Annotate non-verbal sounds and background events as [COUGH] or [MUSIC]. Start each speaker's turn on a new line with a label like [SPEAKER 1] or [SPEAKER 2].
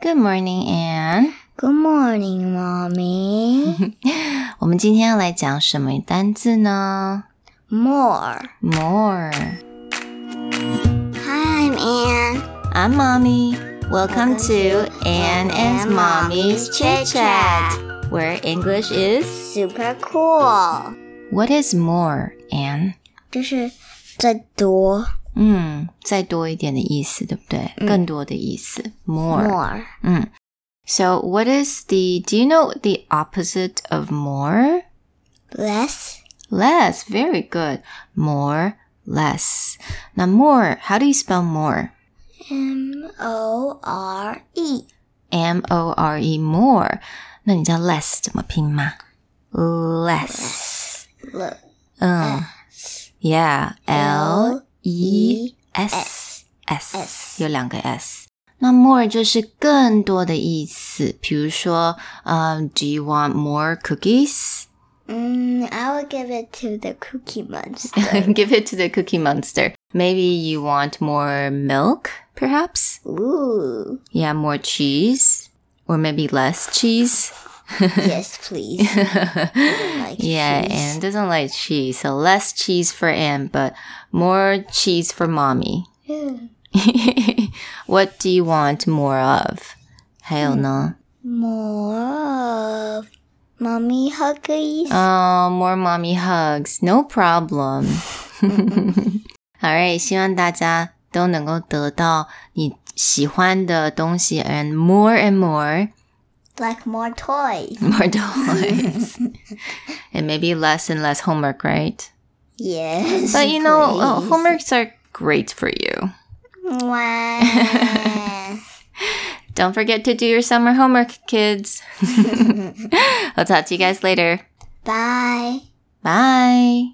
[SPEAKER 1] Good morning, Anne。
[SPEAKER 2] Good morning, [LAUGHS] mommy.
[SPEAKER 1] 我们今天要来讲什么单字呢
[SPEAKER 2] More.
[SPEAKER 1] ？More。
[SPEAKER 2] Hi, I'm Anne.
[SPEAKER 1] I'm Mommy. Welcome to Anne and Mommy's Chit Chat, where English is.
[SPEAKER 2] Super cool.
[SPEAKER 1] What is more, Anne？
[SPEAKER 2] 就是最多
[SPEAKER 1] 嗯，再多一点的意思，对不对？更多的意思，more。
[SPEAKER 2] more
[SPEAKER 1] 嗯。So what is the? Do you know the opposite of more?
[SPEAKER 2] less
[SPEAKER 1] Less, very good. More, less. Now, more, how do you spell more?
[SPEAKER 2] M O R E
[SPEAKER 1] M O R E, more. 那你知道 less 怎么拼吗？Less，
[SPEAKER 2] L
[SPEAKER 1] 嗯，Yeah, L E
[SPEAKER 2] E
[SPEAKER 1] S S，有两个 S。那 more 就是更多的意思，比如说，嗯、d o you want more cookies？ [LAUGHS]
[SPEAKER 2] Mm, I will give it to the Cookie Monster.
[SPEAKER 1] [LAUGHS] Give it to the Cookie Monster. Maybe you want more milk, perhaps?
[SPEAKER 2] Ooh,
[SPEAKER 1] Yeah, more cheese or maybe less cheese. [LAUGHS]
[SPEAKER 2] yes, please. like
[SPEAKER 1] Yeah,
[SPEAKER 2] cheese.
[SPEAKER 1] and doesn't like cheese, so less cheese for Anne, but more cheese for mommy. [LAUGHS]
[SPEAKER 2] Mm,
[SPEAKER 1] what do you want more of? 还有呢？
[SPEAKER 2] more of mommy huggies.
[SPEAKER 1] Oh, more mommy hugs. No problem. [LAUGHS] 好嘞，希望大家都能够得到你喜欢的东西，and more and more。 [LAUGHS]
[SPEAKER 2] like more toys.
[SPEAKER 1] more toys [LAUGHS] and maybe less and less homework right
[SPEAKER 2] Yes.
[SPEAKER 1] but you know uh, homeworks are great for you [LAUGHS]
[SPEAKER 2] Wow.
[SPEAKER 1] don't forget to do your summer homework kids [LAUGHS] i'll talk to you guys later
[SPEAKER 2] Bye.
[SPEAKER 1] bye